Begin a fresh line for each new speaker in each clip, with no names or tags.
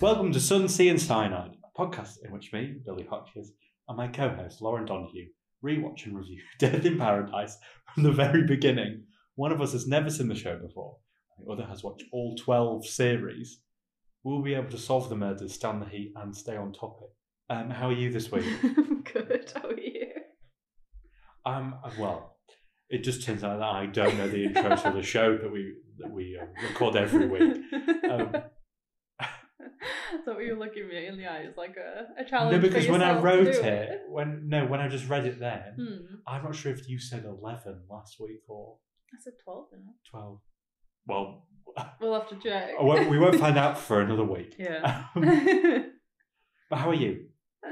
Welcome to Sun, Sea and Cyanide, a podcast in which me, Billy Hodges, and my co-host Lauren Donahue rewatch and review Death in Paradise from the very beginning. One of us has never seen the show before, and the other has watched all 12 series. We'll be able to solve the murders, stand the heat, and stay on topic. Um, how are you this week?
I'm good. How are you?
Um, well, it just turns out that I don't know the intro to the show that we that we um, record every week. Um,
so you were looking me in the eyes like a, a challenge.
no,
for
because when I
yourself to
wrote
do
it, when no, when I just read it then,
Hmm.
I'm not sure if you said eleven last week or
I said 12 now.
twelve. Well,
We'll have to check.
I won't- we won't find out for another week.
yeah.
Um, but how are you?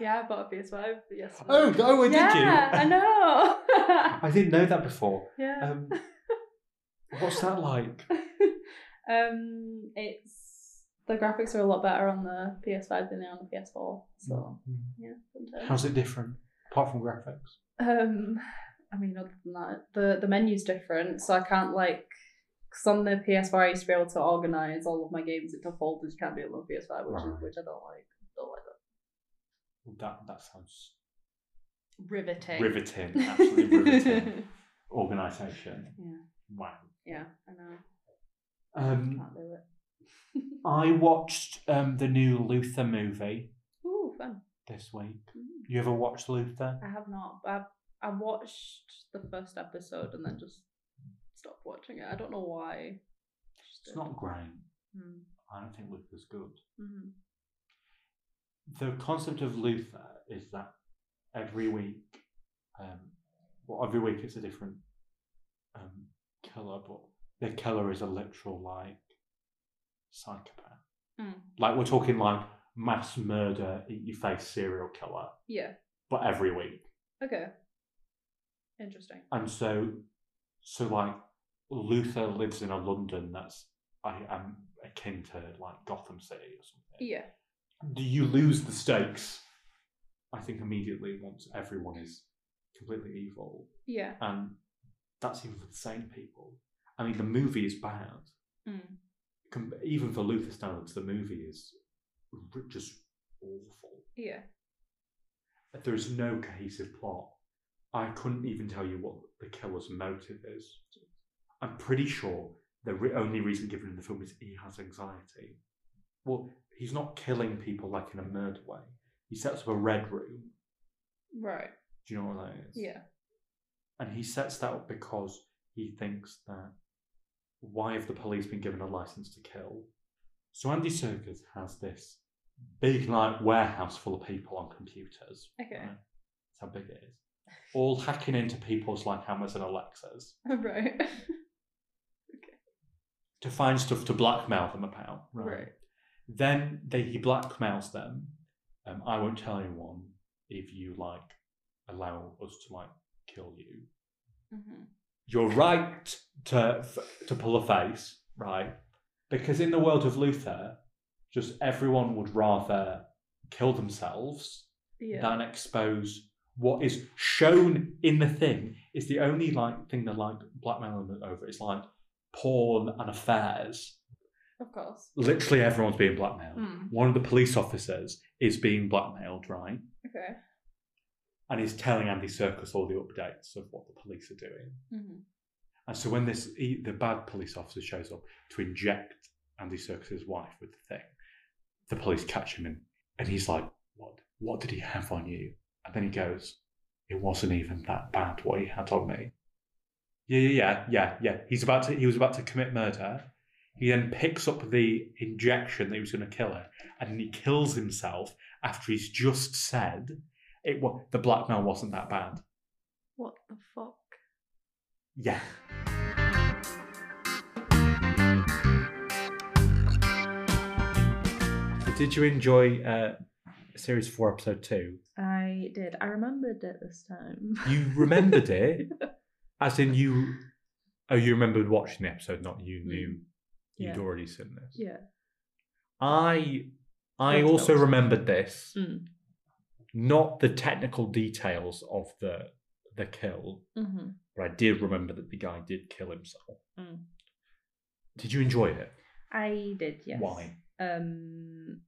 yeah, I bought a PS5 yesterday.
Oh, oh, well, did you?
Yeah, I know.
I didn't know that before.
yeah.
Um, what's that like?
um, it's the graphics are a lot better on the PS5 than they are on the PS4. So
Hmm.
yeah, sometimes.
How's it different? Apart from graphics,
Um, I mean, other than that, the the menu's different, so I can't like. Because on the PS4, I used to be able to organize all of my games into folders. You can't do it on PS5, which
Right.
is, which I don't like. Don't like
well, that that sounds
that. Riveting.
riveting. Absolutely riveting. Organisation.
yeah,
Wow.
yeah, I know.
Um,
Can't do it.
I watched um, the new Luther movie
Ooh, fun.
this week.
Mm.
You ever watched Luther?
I have not. but I I watched the first episode and then just stopped watching it. I don't know why. Just
It's
did.
not great.
Mm.
I don't think Luther's good.
Mhm.
the concept of Luther is that every week, um, well, every week it's a different um, color, but the color is a literal like psychopath.
Mm.
Like we're talking like mass murder, eat your face serial killer,
Yeah.
but every week.
Okay. Interesting.
And so, so like Luther lives in a London that's I am akin to like Gotham City or something.
Yeah.
do you lose the stakes? I think immediately once everyone is completely evil,
Yeah.
and that's even for the same people. I mean, the movie is bad.
Mm.
Com- Even for Luther standards, the movie is r- just awful.
Yeah.
There is no cohesive plot. I couldn't even tell you what the killer's motive is. I'm pretty sure the re- only reason given in the film is he has anxiety. Well, he's not killing people like in a murder way. He sets up a red room.
Right.
Do you know what that is?
Yeah.
And he sets that up because he thinks that why have the police been given a license to kill? So Andy Serkis has this big like warehouse full of people on computers.
Okay.
Right. That's how big it is. All hacking into people's like Hammers and Alexas
Right.
to find stuff to blackmail them about.
Right.
Then they, he blackmails them. Um, I won't tell anyone if you like allow us to like kill you.
hmm
You're right to f- to pull a face, right? Because in the world of Luther, just everyone would rather kill themselves
Yeah.
than expose what is shown in the thing is the only like thing that like blackmailing them over is like porn and affairs.
of course.
Literally everyone's being blackmailed.
Mm.
One of the police officers is being blackmailed, right?
Okay.
And is telling Andy Circus all the updates of what the police are doing.
hmm
And so when this he, the bad police officer shows up to inject Andy Circus's wife with the thing, the police catch him and, and he's like, "What? What did he have on you?" And then he goes, "It wasn't even that bad what he had on me." Yeah, yeah, yeah, yeah, yeah. He's about to he was about to commit murder. He then picks up the injection that he was going to kill her, and he kills himself after he's just said it. wa- The blackmail wasn't that bad.
What the fuck?
Yeah. Did you enjoy uh, series four, episode two?
I did. I remembered it this time.
You remembered it, as in you. Oh, you remembered watching the episode, not you knew you'd
Mm. Yeah.
already seen this.
Yeah.
I, I
That's
also
helpful.
remembered this,
Mm.
not the technical details of the the kill,
hmm
but I did remember that the guy did kill himself.
Mm.
Did you enjoy it?
I did. Yes.
Why?
Um,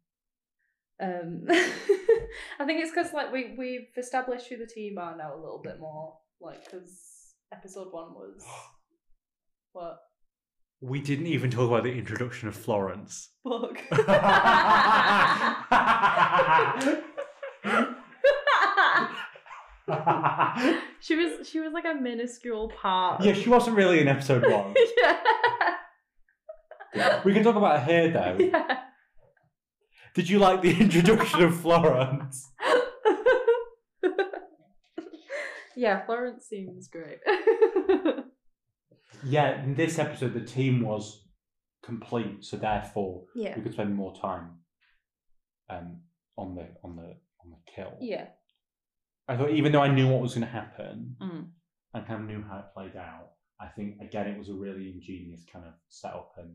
um, I think it's because like we we've established who the team are now a little bit more, like because episode one was what
We didn't even talk about the introduction of Florence.
book.
yeah,
she was she was like a minuscule part.
she wasn't really in episode one.
yeah.
We can talk about her though.
yeah.
Did you like the introduction of Florence?
yeah, Florence seems great.
Yeah, in this episode, the team was complete, so therefore
yeah.
we could spend more time um, on the on the on the kill.
Yeah.
I thought, even though I knew what was going to happen
Mm.
and kind of knew how it played out, I think again it was a really ingenious kind of setup and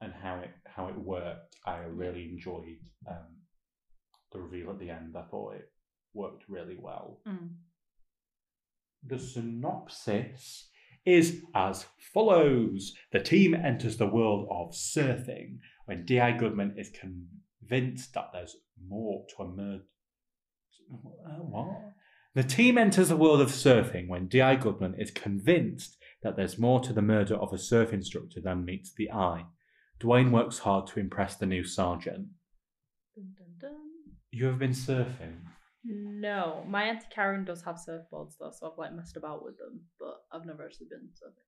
and how it how it worked. I really enjoyed um, the reveal at the end. I thought it worked really well.
Mm.
The synopsis is as follows The team enters the world of surfing when D.I. Goodman is convinced that there's more to a murder. What? The team enters the world of surfing when D.I. Goodman is convinced that there's more to the murder of a surf instructor than meets the eye. Dwayne works hard to impress the new sergeant.
Dun, dun, dun.
You have been surfing.
No, my auntie Karen does have surfboards though, so I've like messed about with them, but I've never actually been surfing.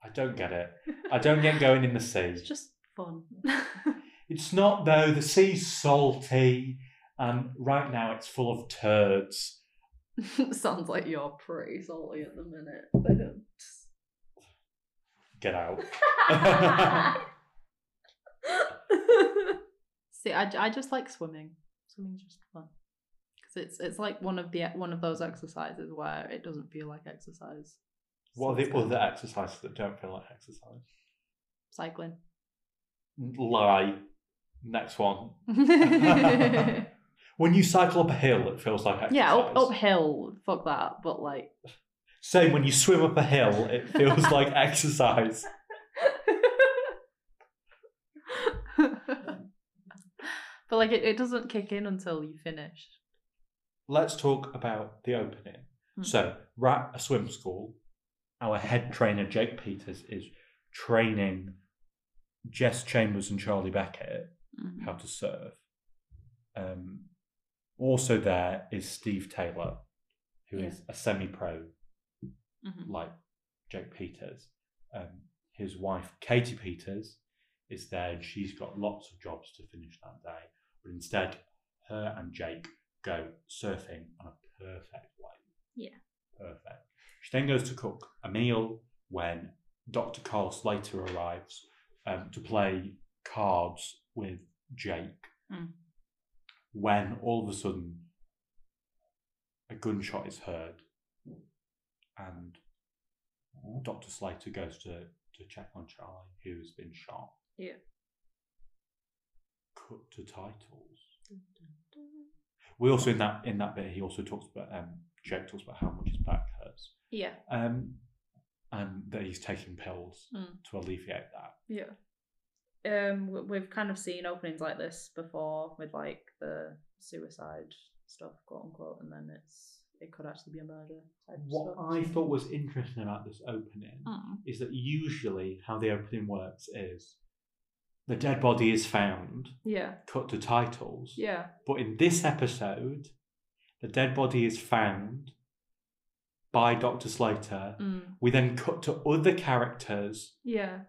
I don't get it. I don't get going in the sea.
It's just fun.
It's not though. The sea's salty, and right now it's full of turds.
Sounds like you're pretty salty at the minute.
Get out.
See, I, I just like swimming. Swimming's just fun because it's it's like one of the one of those exercises where it doesn't feel like exercise.
What are
So it's
the
good.
other exercises that don't feel like exercise?
cycling?
Lie. Next one. When you cycle up a hill, it feels like exercise.
yeah, up, uphill. Fuck that. But like,
Same when you swim up a hill, it feels like exercise.
but like, it, it doesn't kick in until you finish.
Let's talk about the opening.
Hmm.
So, right at a swim school, our head trainer Jake Peters is training Jess Chambers and Charlie Beckett
Mhm.
how to serve. Um, also, there is Steve Taylor, who is
Yeah.
a semi pro
Mhm.
like Jake Peters. Um, his wife, Katie Peters, is there and she's got lots of jobs to finish that day. But instead, her and Jake go surfing on a perfect wave.
Yeah.
Perfect. She then goes to cook a meal when Dr. Carl Slater arrives um, to play cards with Jake.
Mm.
When all of a sudden, a gunshot is heard and Dr. Slater goes to, to check on Charlie, who's been shot.
Yeah.
Cut to titles. We also in that in that bit he also talks about um Jake talks about how much his back hurts.
Yeah.
Um and that he's taking pills
Mm.
to alleviate that.
Yeah. Um, w- we've kind of seen openings like this before with like the suicide stuff, quote unquote, and then it's it could actually be a murder type
What
stuff.
I thought was interesting about this opening
Hmm. Mm.
is that usually how the opening works is the dead body is found,
Yeah,
cut to titles,
yeah,
But in this episode, the dead body is found by Dr. Slater.
mm.
We then cut to other characters
yeah,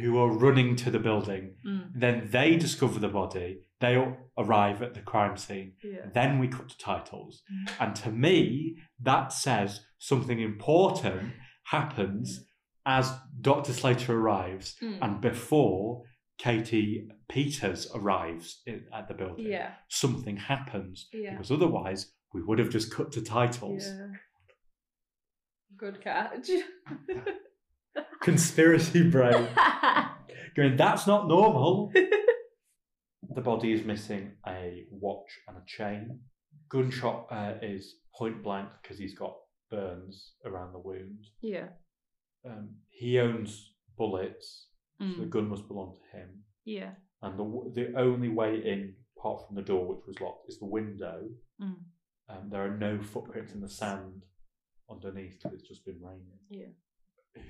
who are running to the building.
mm.
Then they discover the body. They all arrive at the crime scene.
yeah.
Then we cut to titles.
Mm.
And to me, that says something important happens as Dr. Slater arrives
Mm.
and before Katie Peters arrives in, at the building.
yeah,
Something happens
yeah,
because otherwise we would have just cut to titles.
yeah. Good catch.
Conspiracy brain. Going, that's not normal. the body is missing a watch and a chain. Gunshot uh, is point blank because he's got burns around the wound.
yeah,
Um, he owns bullets So the gun must belong to him.
Mm. Yeah.
And the w- the only way in, apart from the door which was locked, is the window.
Mm.
And there are no footprints in the sand underneath because it's just been raining.
Yeah.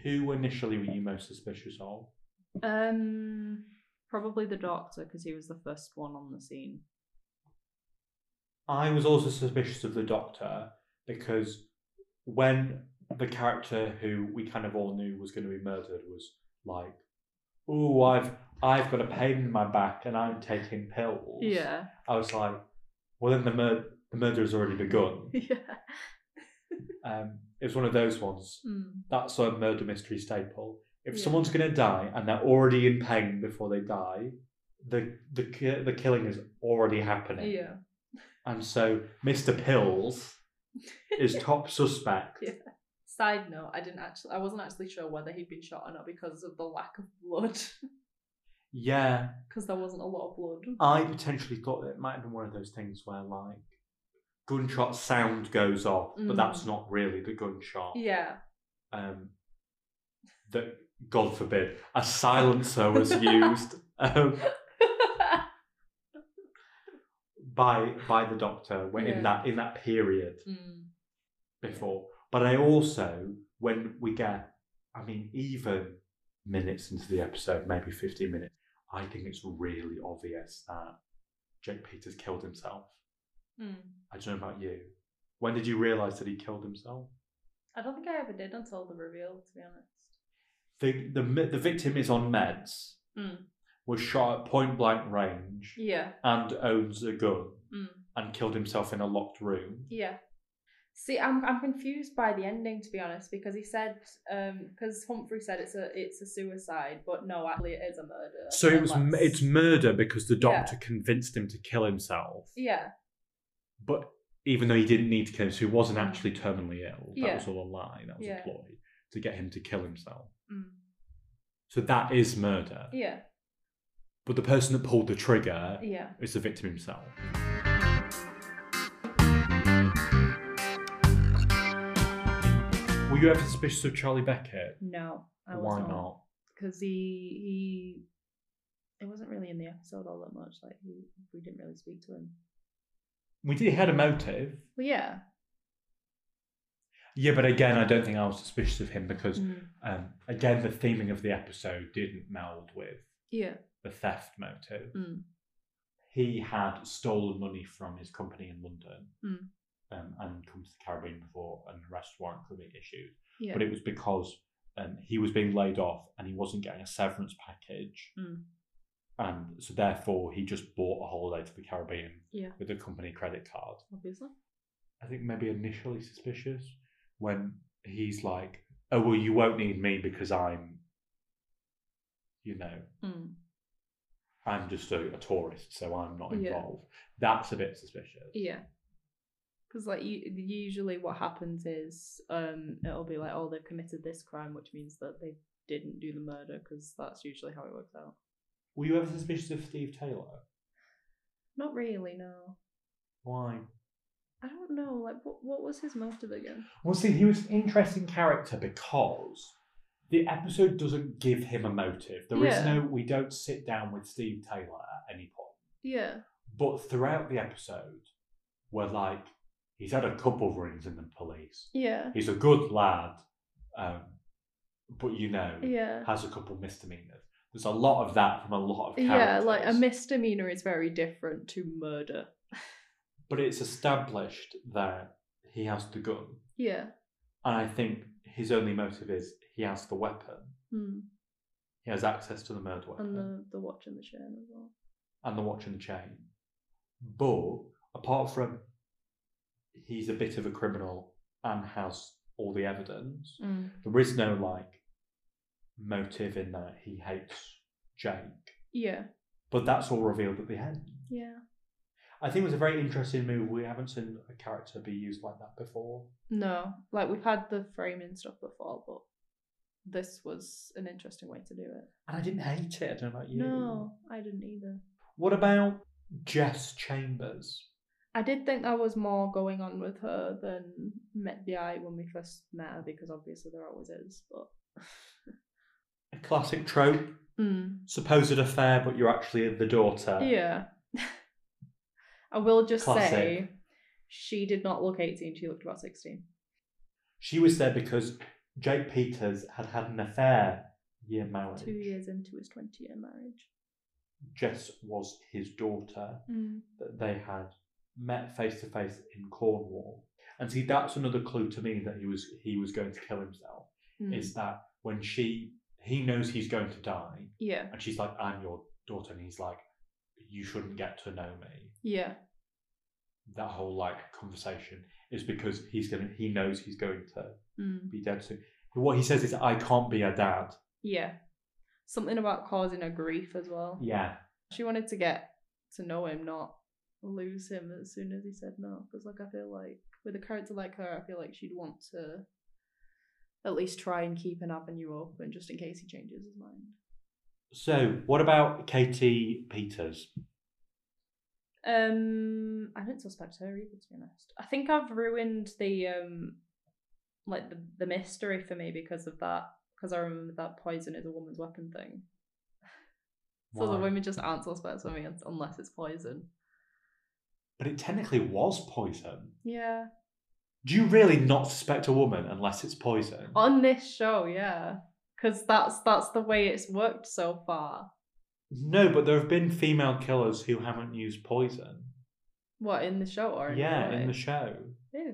Who initially were you most suspicious of?
Um, probably the doctor because he was the first one on the scene.
I was also suspicious of the doctor because when the character who we kind of all knew was going to be murdered was like, "Oh, I've I've got a pain in my back and I'm taking pills."
Yeah.
I was like, "Well, then the mur- the murder has already begun."
Yeah.
Um, it was one of those ones.
Mm.
That's a murder mystery staple. If
Yeah.
someone's going to die and they're already in pain before they die, the the ki- the killing is already happening.
Yeah.
And so Mr. Pills is top suspect.
Yeah. Side note: I didn't actually, I wasn't actually sure whether he'd been shot or not because of the lack of blood,
Yeah,
because there wasn't a lot of blood.
I potentially thought it might have been one of those things where like gunshot sound goes off, but
Mm.
that's not really the gunshot.
Yeah.
Um, that God forbid a silencer was used um, by by the doctor when
Yeah.
in that in that period
mm.
before. But I also when we get, I mean, even minutes into the episode, maybe fifteen minutes, I think it's really obvious that Jake Peters killed himself.
Mm.
I don't know about you. When did you realise that he killed himself?
I don't think I ever did until the reveal, to be honest.
The the mi- the victim is on meds,
Mm.
was shot at point blank range,
Yeah.
and owns a gun,
Mm.
and killed himself in a locked room.
Yeah. See, I'm I'm confused by the ending to be honest because he said because Humphrey said it's a it's a suicide, but no, actually it is a murder.
So it was m-
unless-
it's murder because the
Yeah.
doctor convinced him to kill himself.
yeah,
but even though he didn't need to kill himself, he wasn't actually terminally ill. That
Yeah.
was all a lie. That was
Yeah.
a ploy to get him to kill himself.
mm.
So that is murder.
yeah,
But the person that pulled the trigger
yeah.
is the victim himself. Were you ever suspicious of Charlie Beckett?
No, I was
Why not?
Because he he it wasn't really in the episode all that much. Like we we didn't really speak to him.
We did he had a motive.
Well, yeah.
Yeah, but again, I don't think I was suspicious of him because,
Mm.
um, again, the theming of the episode didn't meld with
Yeah.
the theft motive.
Mm.
he had stolen money from his company in London
Mm.
um, and come to the Caribbean before an arrest warrant could be issued.
Yeah.
But it was because um, he was being laid off and he wasn't getting a severance package.
Mm.
And so, therefore, he just bought a holiday to the Caribbean
Yeah.
with a company credit card.
Obviously.
I think maybe initially suspicious when he's like, oh, well, you won't need me because I'm, you know,
Mm.
I'm just a, a tourist, so I'm not
Yeah.
involved. That's a bit suspicious.
Yeah. Because like you, usually what happens is um it'll be like oh they've committed this crime which means that they didn't do the murder because that's usually how it works out.
Were you ever suspicious of Steve Taylor?
Not really, no.
Why?
I don't know. Like what what was his motive again?
Well, see, he was an interesting character because the episode doesn't give him a motive. There is
Yeah.
no, we don't sit down with Steve Taylor at any point.
Yeah.
But throughout the episode, we're like, he's had a couple of rings in the police.
Yeah.
He's a good lad, um, but you know,
Yeah.
has a couple misdemeanors. There's a lot of that from a lot of characters.
Yeah, like a misdemeanor is very different to murder.
But it's established that he has the gun.
Yeah.
And I think his only motive is he has the weapon.
Mm.
He has access to the murder weapon
And the the watch and the chain as well.
and the watch and the chain. But apart from he's a bit of a criminal and has all the evidence,
Mm.
there is no like motive in that he hates Jake.
Yeah.
But that's all revealed at the end.
Yeah.
I think it was a very interesting move. We haven't seen a character be used like that before.
No, like we've had the framing stuff before, but this was an interesting way to do it.
And I didn't hate it. I don't know about you.
No, I didn't either.
What about Jess Chambers?
I did think there was more going on with her than met the eye when we first met her because obviously there always is, but
A classic trope
Mm.
Supposed affair, but you're actually the daughter.
Yeah. I will just say,
Uh, Classic.
she did not look 18, she looked about 16.
She was there because Jake Peters had had an affair year marriage.
Two years into his 20 year marriage.
Jess was his daughter
Mm.
that they had met face to face in Cornwall. And see, that's another clue to me that he was he was going to kill himself.
Mm.
Is that when she he knows he's going to die,
Yeah,
and she's like, "I'm your daughter," and he's like, "You shouldn't get to know me."
yeah,
That whole like conversation is because he's gonna he knows he's going to
mm.
be dead soon. What he says is, "I can't be a dad."
yeah. Something about causing her grief as well.
Yeah,
She wanted to get to know him, not lose him as soon as he said no. Because like I feel like with a character like her, I feel like she'd want to at least try and keep an avenue open just in case he changes his mind.
So, what about Katie Peters?
Um, I don't suspect her either. To be honest, I think I've ruined the um, like the, the mystery for me because of that. Because I remember that poison is a woman's weapon thing. So the
Why?
women just aren't suspects for me un- unless it's poison.
But it technically was poison.
Yeah.
Do you really not suspect a woman unless it's poison?
On this show, yeah, because that's that's the way it's worked so far.
No, but there have been female killers who haven't used poison.
What in the show or in real
yeah, in the
life?
show.
Yeah.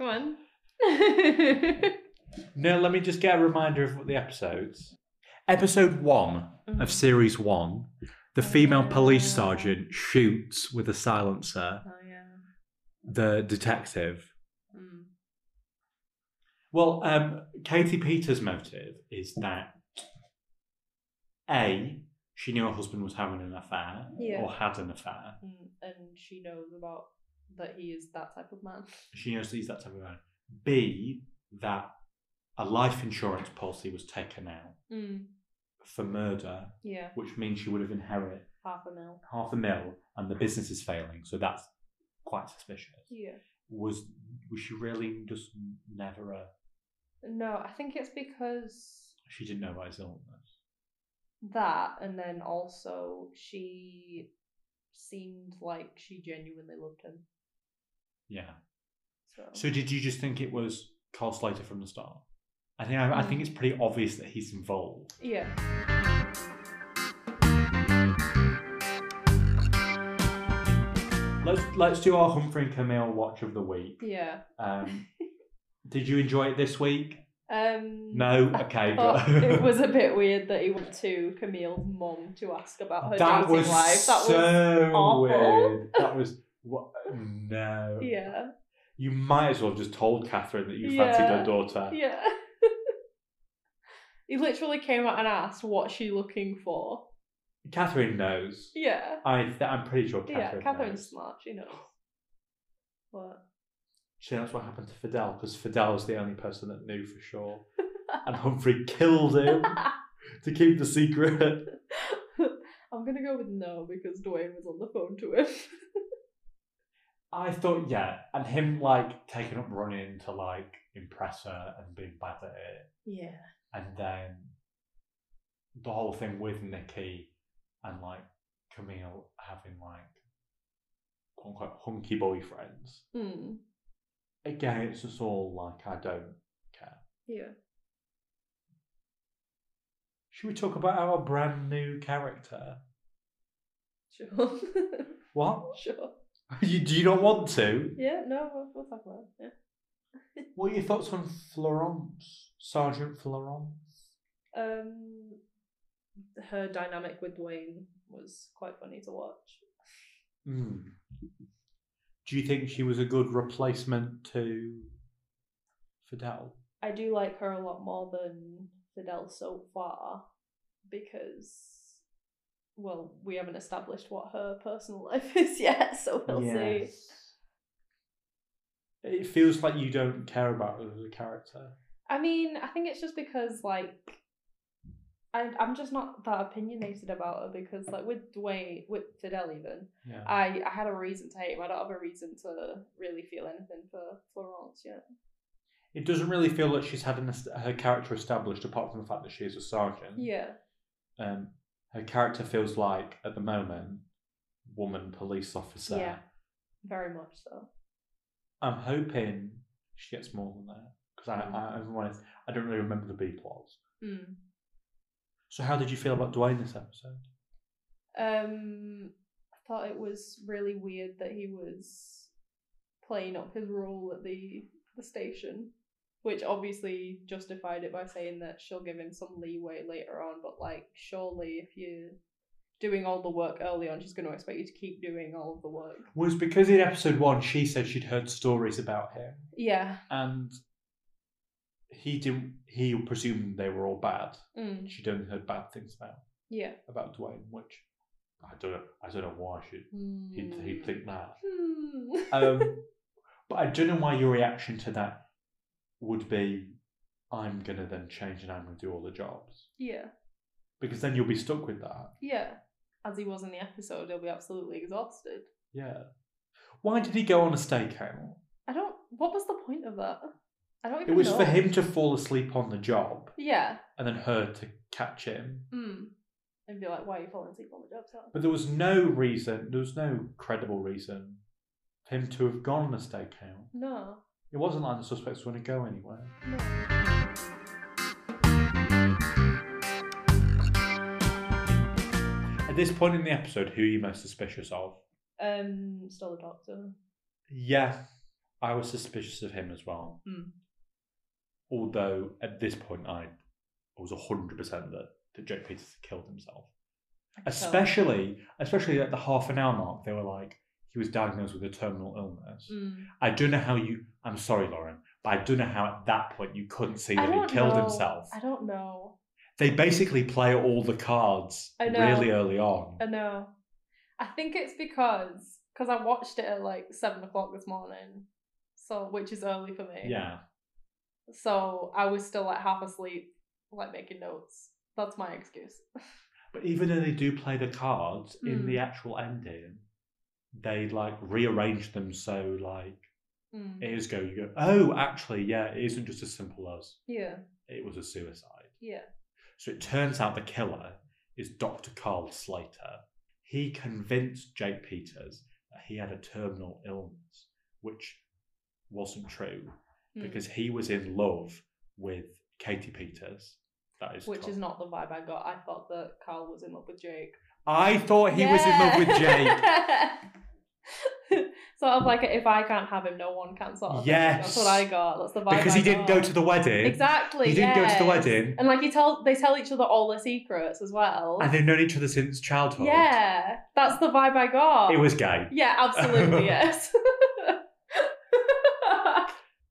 Um,
Come on.
no, let me just get a reminder of what the episodes. Episode one of series one, the female police sergeant shoots with a silencer
oh yeah.
the detective.
Mm.
Well, um, Katie Peters' motive is that A, she knew her husband was having an affair
Yeah.
or had an affair.
Mm, and she knows about that he is that type of man.
She knows he's that type of man. B, that a life insurance policy was taken out
Mm.
for murder,
Yeah,
which means she would have inherited
half a mil.
half a mil and the business is failing, so that's quite suspicious.
Yeah.
Was was she really just never a
No, I think it's because
she didn't know about his illness?
that, and then also she seemed like she genuinely loved him.
Yeah.
So,
So did you just think it was Carl Slater from the start? I think I, I think it's pretty obvious that he's involved.
yeah.
Let's let's do our Humphrey and Camille watch of the week.
Yeah.
Um, did you enjoy it this week?
Um,
No.
I
Okay.
thought
good.
it was a bit weird that he went to Camille's mum to ask about her
that
dating
was
life. That was
so
awful.
weird. That was what? No.
yeah,
You might as well have just told Catherine that you fancied
Yeah.
her daughter.
yeah. he literally came out and asked what she looking for.
Catherine knows.
Yeah,
I th- I'm pretty sure Catherine.
yeah. Catherine's
knows.
smart. She knows. What?
She knows what happened to Fidel because Fidel was the only person that knew for sure, and Humphrey killed him to keep the secret.
I'm gonna go with no because Dwayne was on the phone to him.
I thought, yeah, and him like taking up running to like impress her and being bad at it,
yeah.
and then the whole thing with Nikki and like Camille having like quote unquote hunky boyfriends.
Mm.
Again, it's just all like I don't care.
Yeah.
Should we talk about our brand new character?
Sure.
What?
sure.
You, do you not want to?
Yeah. No. We'll, we'll talk about it. Yeah.
What are your thoughts on Florence? Sergeant Florence?
um her dynamic with Dwayne was quite funny to watch.
Mm. Do you think she was a good replacement to Fidel?
I do like her a lot more than Fidel so far because well, we haven't established what her personal life is yet, so we'll see.
It feels like you don't care about her as a character.
I mean, I think it's just because like I I'm just not that opinionated about her because like with Dwayne with Fidel even,
Yeah.
I, I had a reason to hate him. I don't have a reason to really feel anything for Florence yet.
It doesn't really feel like she's had an, est- her character established, apart from the fact that she is a sergeant.
Yeah.
Um, her character feels like, at the moment, woman police officer.
Yeah. Very much so.
I'm hoping she gets more than that because I, I, I'm honest, I don't really remember the B plots.
Mm.
So, how did you feel about Dwayne this episode?
Um, I thought it was really weird that he was playing up his role at the the station, which obviously justified it by saying that she'll give him some leeway later on. But like, surely if you're doing all the work early on, she's going to expect you to keep doing all of the work.
Was because in episode one she said she'd heard stories about him
Yeah.
and he didn't. He presumed they were all bad.
Mm.
She'd only heard bad things about
Yeah.
about Dwayne, which I don't know. I don't know why she he'd,
Mm.
he'd think that.
Hmm.
Um, but I don't know why your reaction to that would be, I'm gonna then change and I'm gonna do all the jobs
yeah.
because then you'll be stuck with that.
Yeah. As he was in the episode, he'll be absolutely exhausted.
Yeah. Why did he go on a stakeout?
I don't. What was the point of that? I don't
It
even.
was
know.
for him to fall asleep on the job
Yeah.
and then her to catch him.
Mm. And be like, why are you falling asleep on the job? Sir?
But there was no reason, there was no credible reason for him to have gone on a stakeout.
No.
It wasn't like the suspects were going to go anywhere.
No.
At this point in the episode, who are you most suspicious of?
Um, still the doctor.
Yeah, I was suspicious of him as well.
Hmm.
Although at this point, I, I was hundred percent that that Jake Peters had killed himself. Especially, especially at the half an hour mark, they were like he was diagnosed with a terminal illness.
Mm.
I don't know how you. I'm sorry, Lauren, but I don't know how at that point you couldn't see
I
that he
don't
killed
know.
himself.
I don't know.
They basically play all the cards
I know.
really early on.
I know. I think it's because because I watched it at like seven o'clock this morning, so which is early for me.
yeah,
So I was still like half asleep, like making notes. That's my excuse.
But even though they do play the cards in
Mm.
the actual ending, they like rearrange them so like
Mm.
it is go you go oh actually yeah it isn't just as simple as
Yeah.
it was a suicide.
Yeah.
So it turns out the killer is Dr. Carl Slater. He convinced Jake Peters that he had a terminal illness, which wasn't true
Mm.
because he was in love with Katie Peters. That is
Which
Carl-
is not the vibe I got. I thought that Carl was in love with Jake.
I thought he was in love with Jake.
Jake. sort of like if I can't have him, no one can. Sort of. thing. That's what
Yes.
I got. That's the vibe.
because
I
he didn't
got.
go to the wedding.
Exactly.
He didn't go to the
yes.
wedding.
And like you tell, they tell each other all their secrets as well.
And they've known each other since childhood.
yeah, that's the vibe I got.
It was gay.
Yeah, absolutely. yes.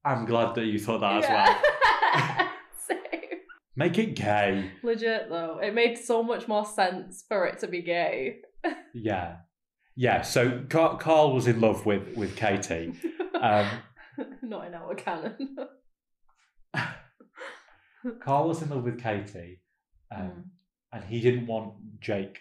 I'm glad that you thought that as
Yeah.
well.
Same.
Make it gay.
Legit though, it made so much more sense for it to be gay.
Yeah. Yeah, so Car- Carl was in love with, with Katie. Um,
Not in our canon.
Carl was in love with Katie, um,
Mm.
and he didn't want Jake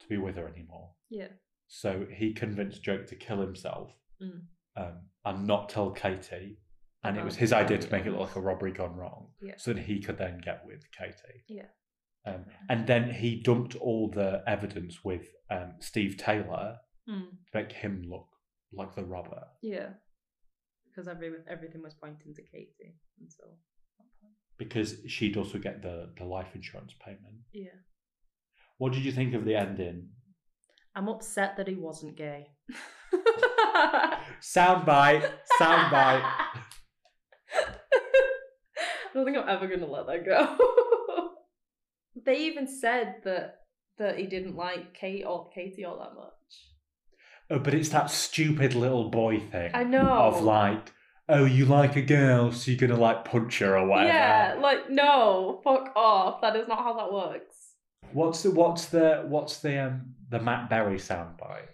to be with her anymore.
Yeah.
So he convinced Jake to kill himself
Mm.
um, and not tell Katie. And it
About
was his idea to
Katie.
make it look like a robbery gone wrong.
Yeah.
So that he could then get with Katie.
Yeah.
Um, and then he dumped all the evidence with um, Steve Taylor
Mm,
to make him look like the robber.
yeah, because every, everything was pointing to Katie, and so
Because she'd also get the, the life insurance payment.
yeah,
What did you think of the ending?
I'm upset that he wasn't gay.
Soundbite, soundbite.
I don't think I'm ever gonna let that go. they even said that that he didn't like Kate or Katie all that much.
Oh, but it's that stupid little boy thing
I know.
of like, oh, you like a girl, so you're gonna like punch her or whatever.
Yeah, like no, fuck off. That is not how that works.
What's the what's the what's the um the Matt Berry soundbite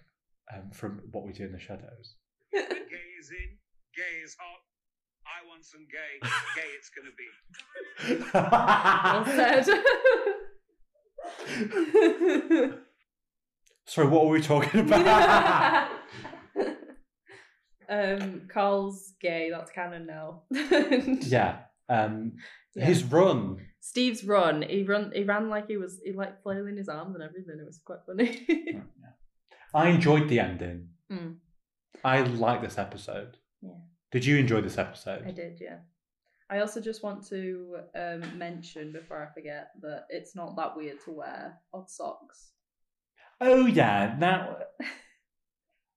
um from What We Do in the Shadows?
Gay's in, gay is hot. I want some gay. Gay it's gonna be.
Well said.
Sorry, what were we talking about?
Um, Carl's gay. That's canon now.
Yeah. Um,
Yeah.
His run.
Steve's run. He run. He ran like he was. He like flailing his arms and everything. It was quite funny.
I enjoyed the ending.
Mm.
I like this episode.
Yeah.
Did you enjoy this episode?
I did. Yeah. I also just want to um, mention before I forget that it's not that weird to wear odd socks.
Oh yeah, that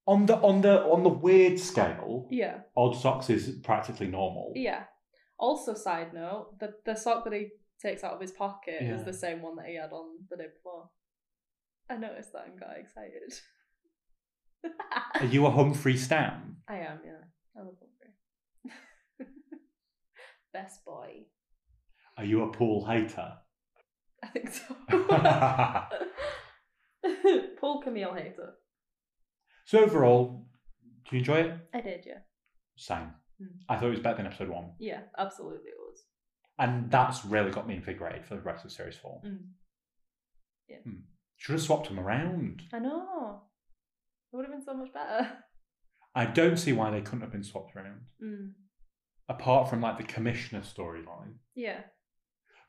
on the on the on the weird scale,
Yeah.
odd socks is practically normal.
Yeah. Also, side note: the the sock that he takes out of his pocket
Yeah.
is the same one that he had on the day before. I noticed that and got excited.
Are you a Humphrey Stan?
I am. Yeah. I love Humphrey. Best boy.
Are you a Paul hater?
I think so.
so
Paul Camille hater.
overall, do you enjoy it?
I did, yeah.
Same.
Hmm.
I thought it was better than episode one,
Yeah, absolutely it was.
and that's really got me in for grade for the rest of series four. Hmm.
Mm.
Should have swapped them around.
I know. It would have been so much better.
I don't see why they couldn't have been swapped around,
Mm.
apart from like the commissioner storyline.
Yeah.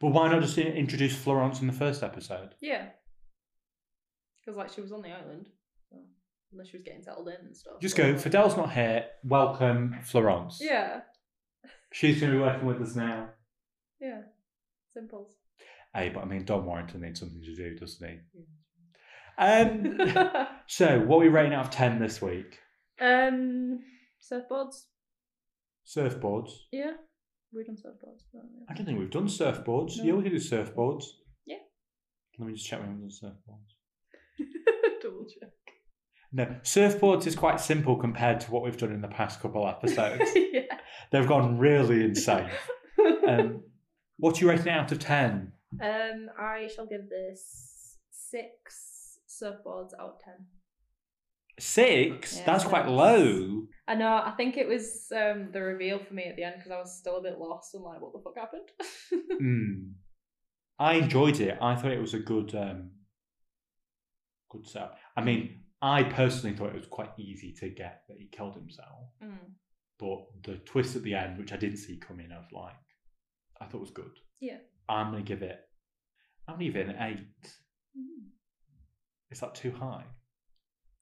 But why not just in- introduce Florence in the first episode?
Yeah. Because, like, she was on the island. So. Unless she was getting settled in and stuff.
Just
but,
go,
like-
Fidel's not here. Welcome, Florence.
Yeah.
She's going to be working with us now.
Yeah. Simple.
Hey, but I mean, Don Warrington needs something to do, doesn't he? Um,
um,
so, what are we rating out of 10 this week?
Um, surfboards.
Surfboards.
Yeah. We've done surfboards. But, yeah.
I don't think we've done surfboards.
No.
Yeah, we can do surfboards.
Yeah.
Let me just check we haven't done surfboards.
Double check.
No, surfboards is quite simple compared to what we've done in the past couple episodes.
yeah.
They've gone really insane. Um, what are you rating it out of 10?
Um, I shall give this six surfboards out of ten.
Six?
Yeah,
That's quite
six.
low.
I know. I think it was um the reveal for me at the end because I was still a bit lost and like, what the fuck happened?
Mm. I enjoyed it. I thought it was a good, um, good setup. I mean, I personally thought it was quite easy to get that he killed himself,
Mm,
but the twist at the end, which I didn't see coming, I was like, I thought was good.
Yeah.
I'm gonna give it. I'm gonna give it an eight.
mm.
Is that too high?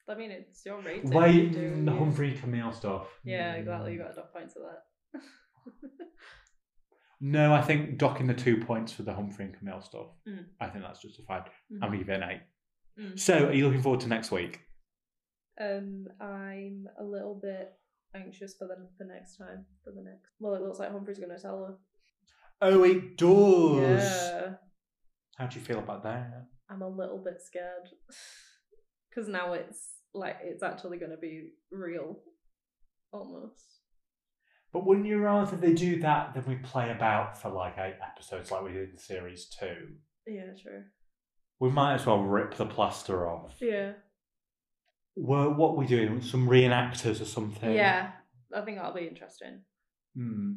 I mean, it's your rating.
Wait,
you do
the
you-
Humphrey Camille stuff.
Yeah, exactly. You
Mm.
got enough points for that.
No, I think docking the two points for the Humphrey and Camille stuff.
Mm.
I think that's justified.
Mhm.
I'm gonna give it an eight.
Mm.
So, are you looking forward to next week?
Um, I'm a little bit anxious for the for next time for the next. Well, it looks like Humphrey's gonna tell her.
Oh, it does.
Yeah.
How do you feel about that?
I'm a little bit scared because now it's like it's actually going to be real, almost.
But wouldn't you rather they do that than we play about for like eight episodes like we did in series two?
Yeah, sure.
We might as well rip the plaster off.
Yeah,
Well, what are we doing? Some reenactors or something?
yeah. I think that'll be interesting.
Hmm.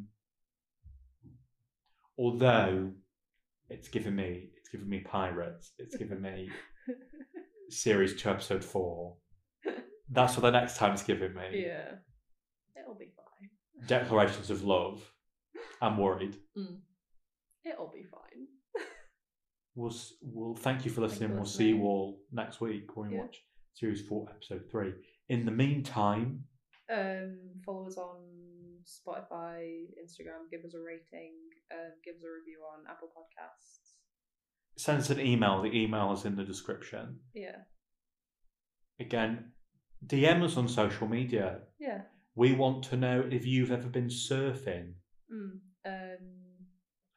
Although it's given me it's given me pirates. It's given me series two episode four. That's what the next time it's giving me.
Yeah, it'll be fine.
Declarations of love. I'm worried.
It'll be fine.
We'll, s- we'll thank you for
Thank
listening.
you for
we'll see you
listening.
all next week when we
Yeah.
watch series four, episode three. In the meantime,
Um, follow us on Spotify, Instagram. Give us a rating. Um, give us a review on Apple Podcasts.
send us an email. The email is in the description.
Yeah,
Again, DM us on social media.
yeah.
We want to know if you've ever been surfing.
Mm. Um.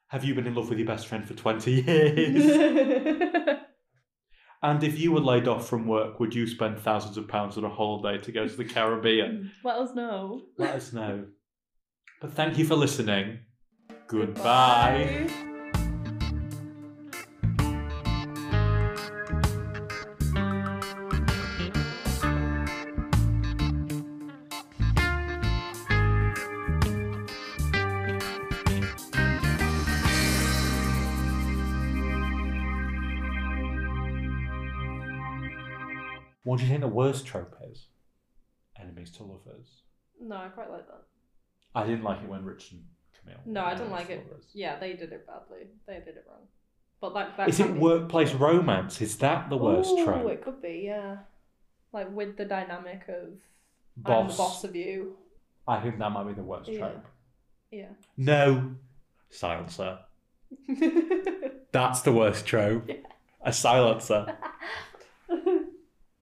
Have you been in love with your best friend for 20 years? and if you were laid off from work, would you spend thousands of pounds on a holiday to go to the Caribbean?
Let us know.
Let us know. But thank you for listening. Goodbye.
Bye.
What do you think the worst trope is? Enemies to lovers.
No, I quite like that.
I didn't like it when Rich and Camille.
No, I don't
were
like it.
lovers.
Yeah, they did it badly. They did it wrong. But like that.
Is it
can be-
workplace romance? Is that the worst
Ooh,
trope?
it could be. Yeah, like with the dynamic of I'm the
boss.
boss of you.
I think that might be the worst
Yeah.
trope.
Yeah.
No. Silencer. That's the worst trope.
Yeah.
A silencer.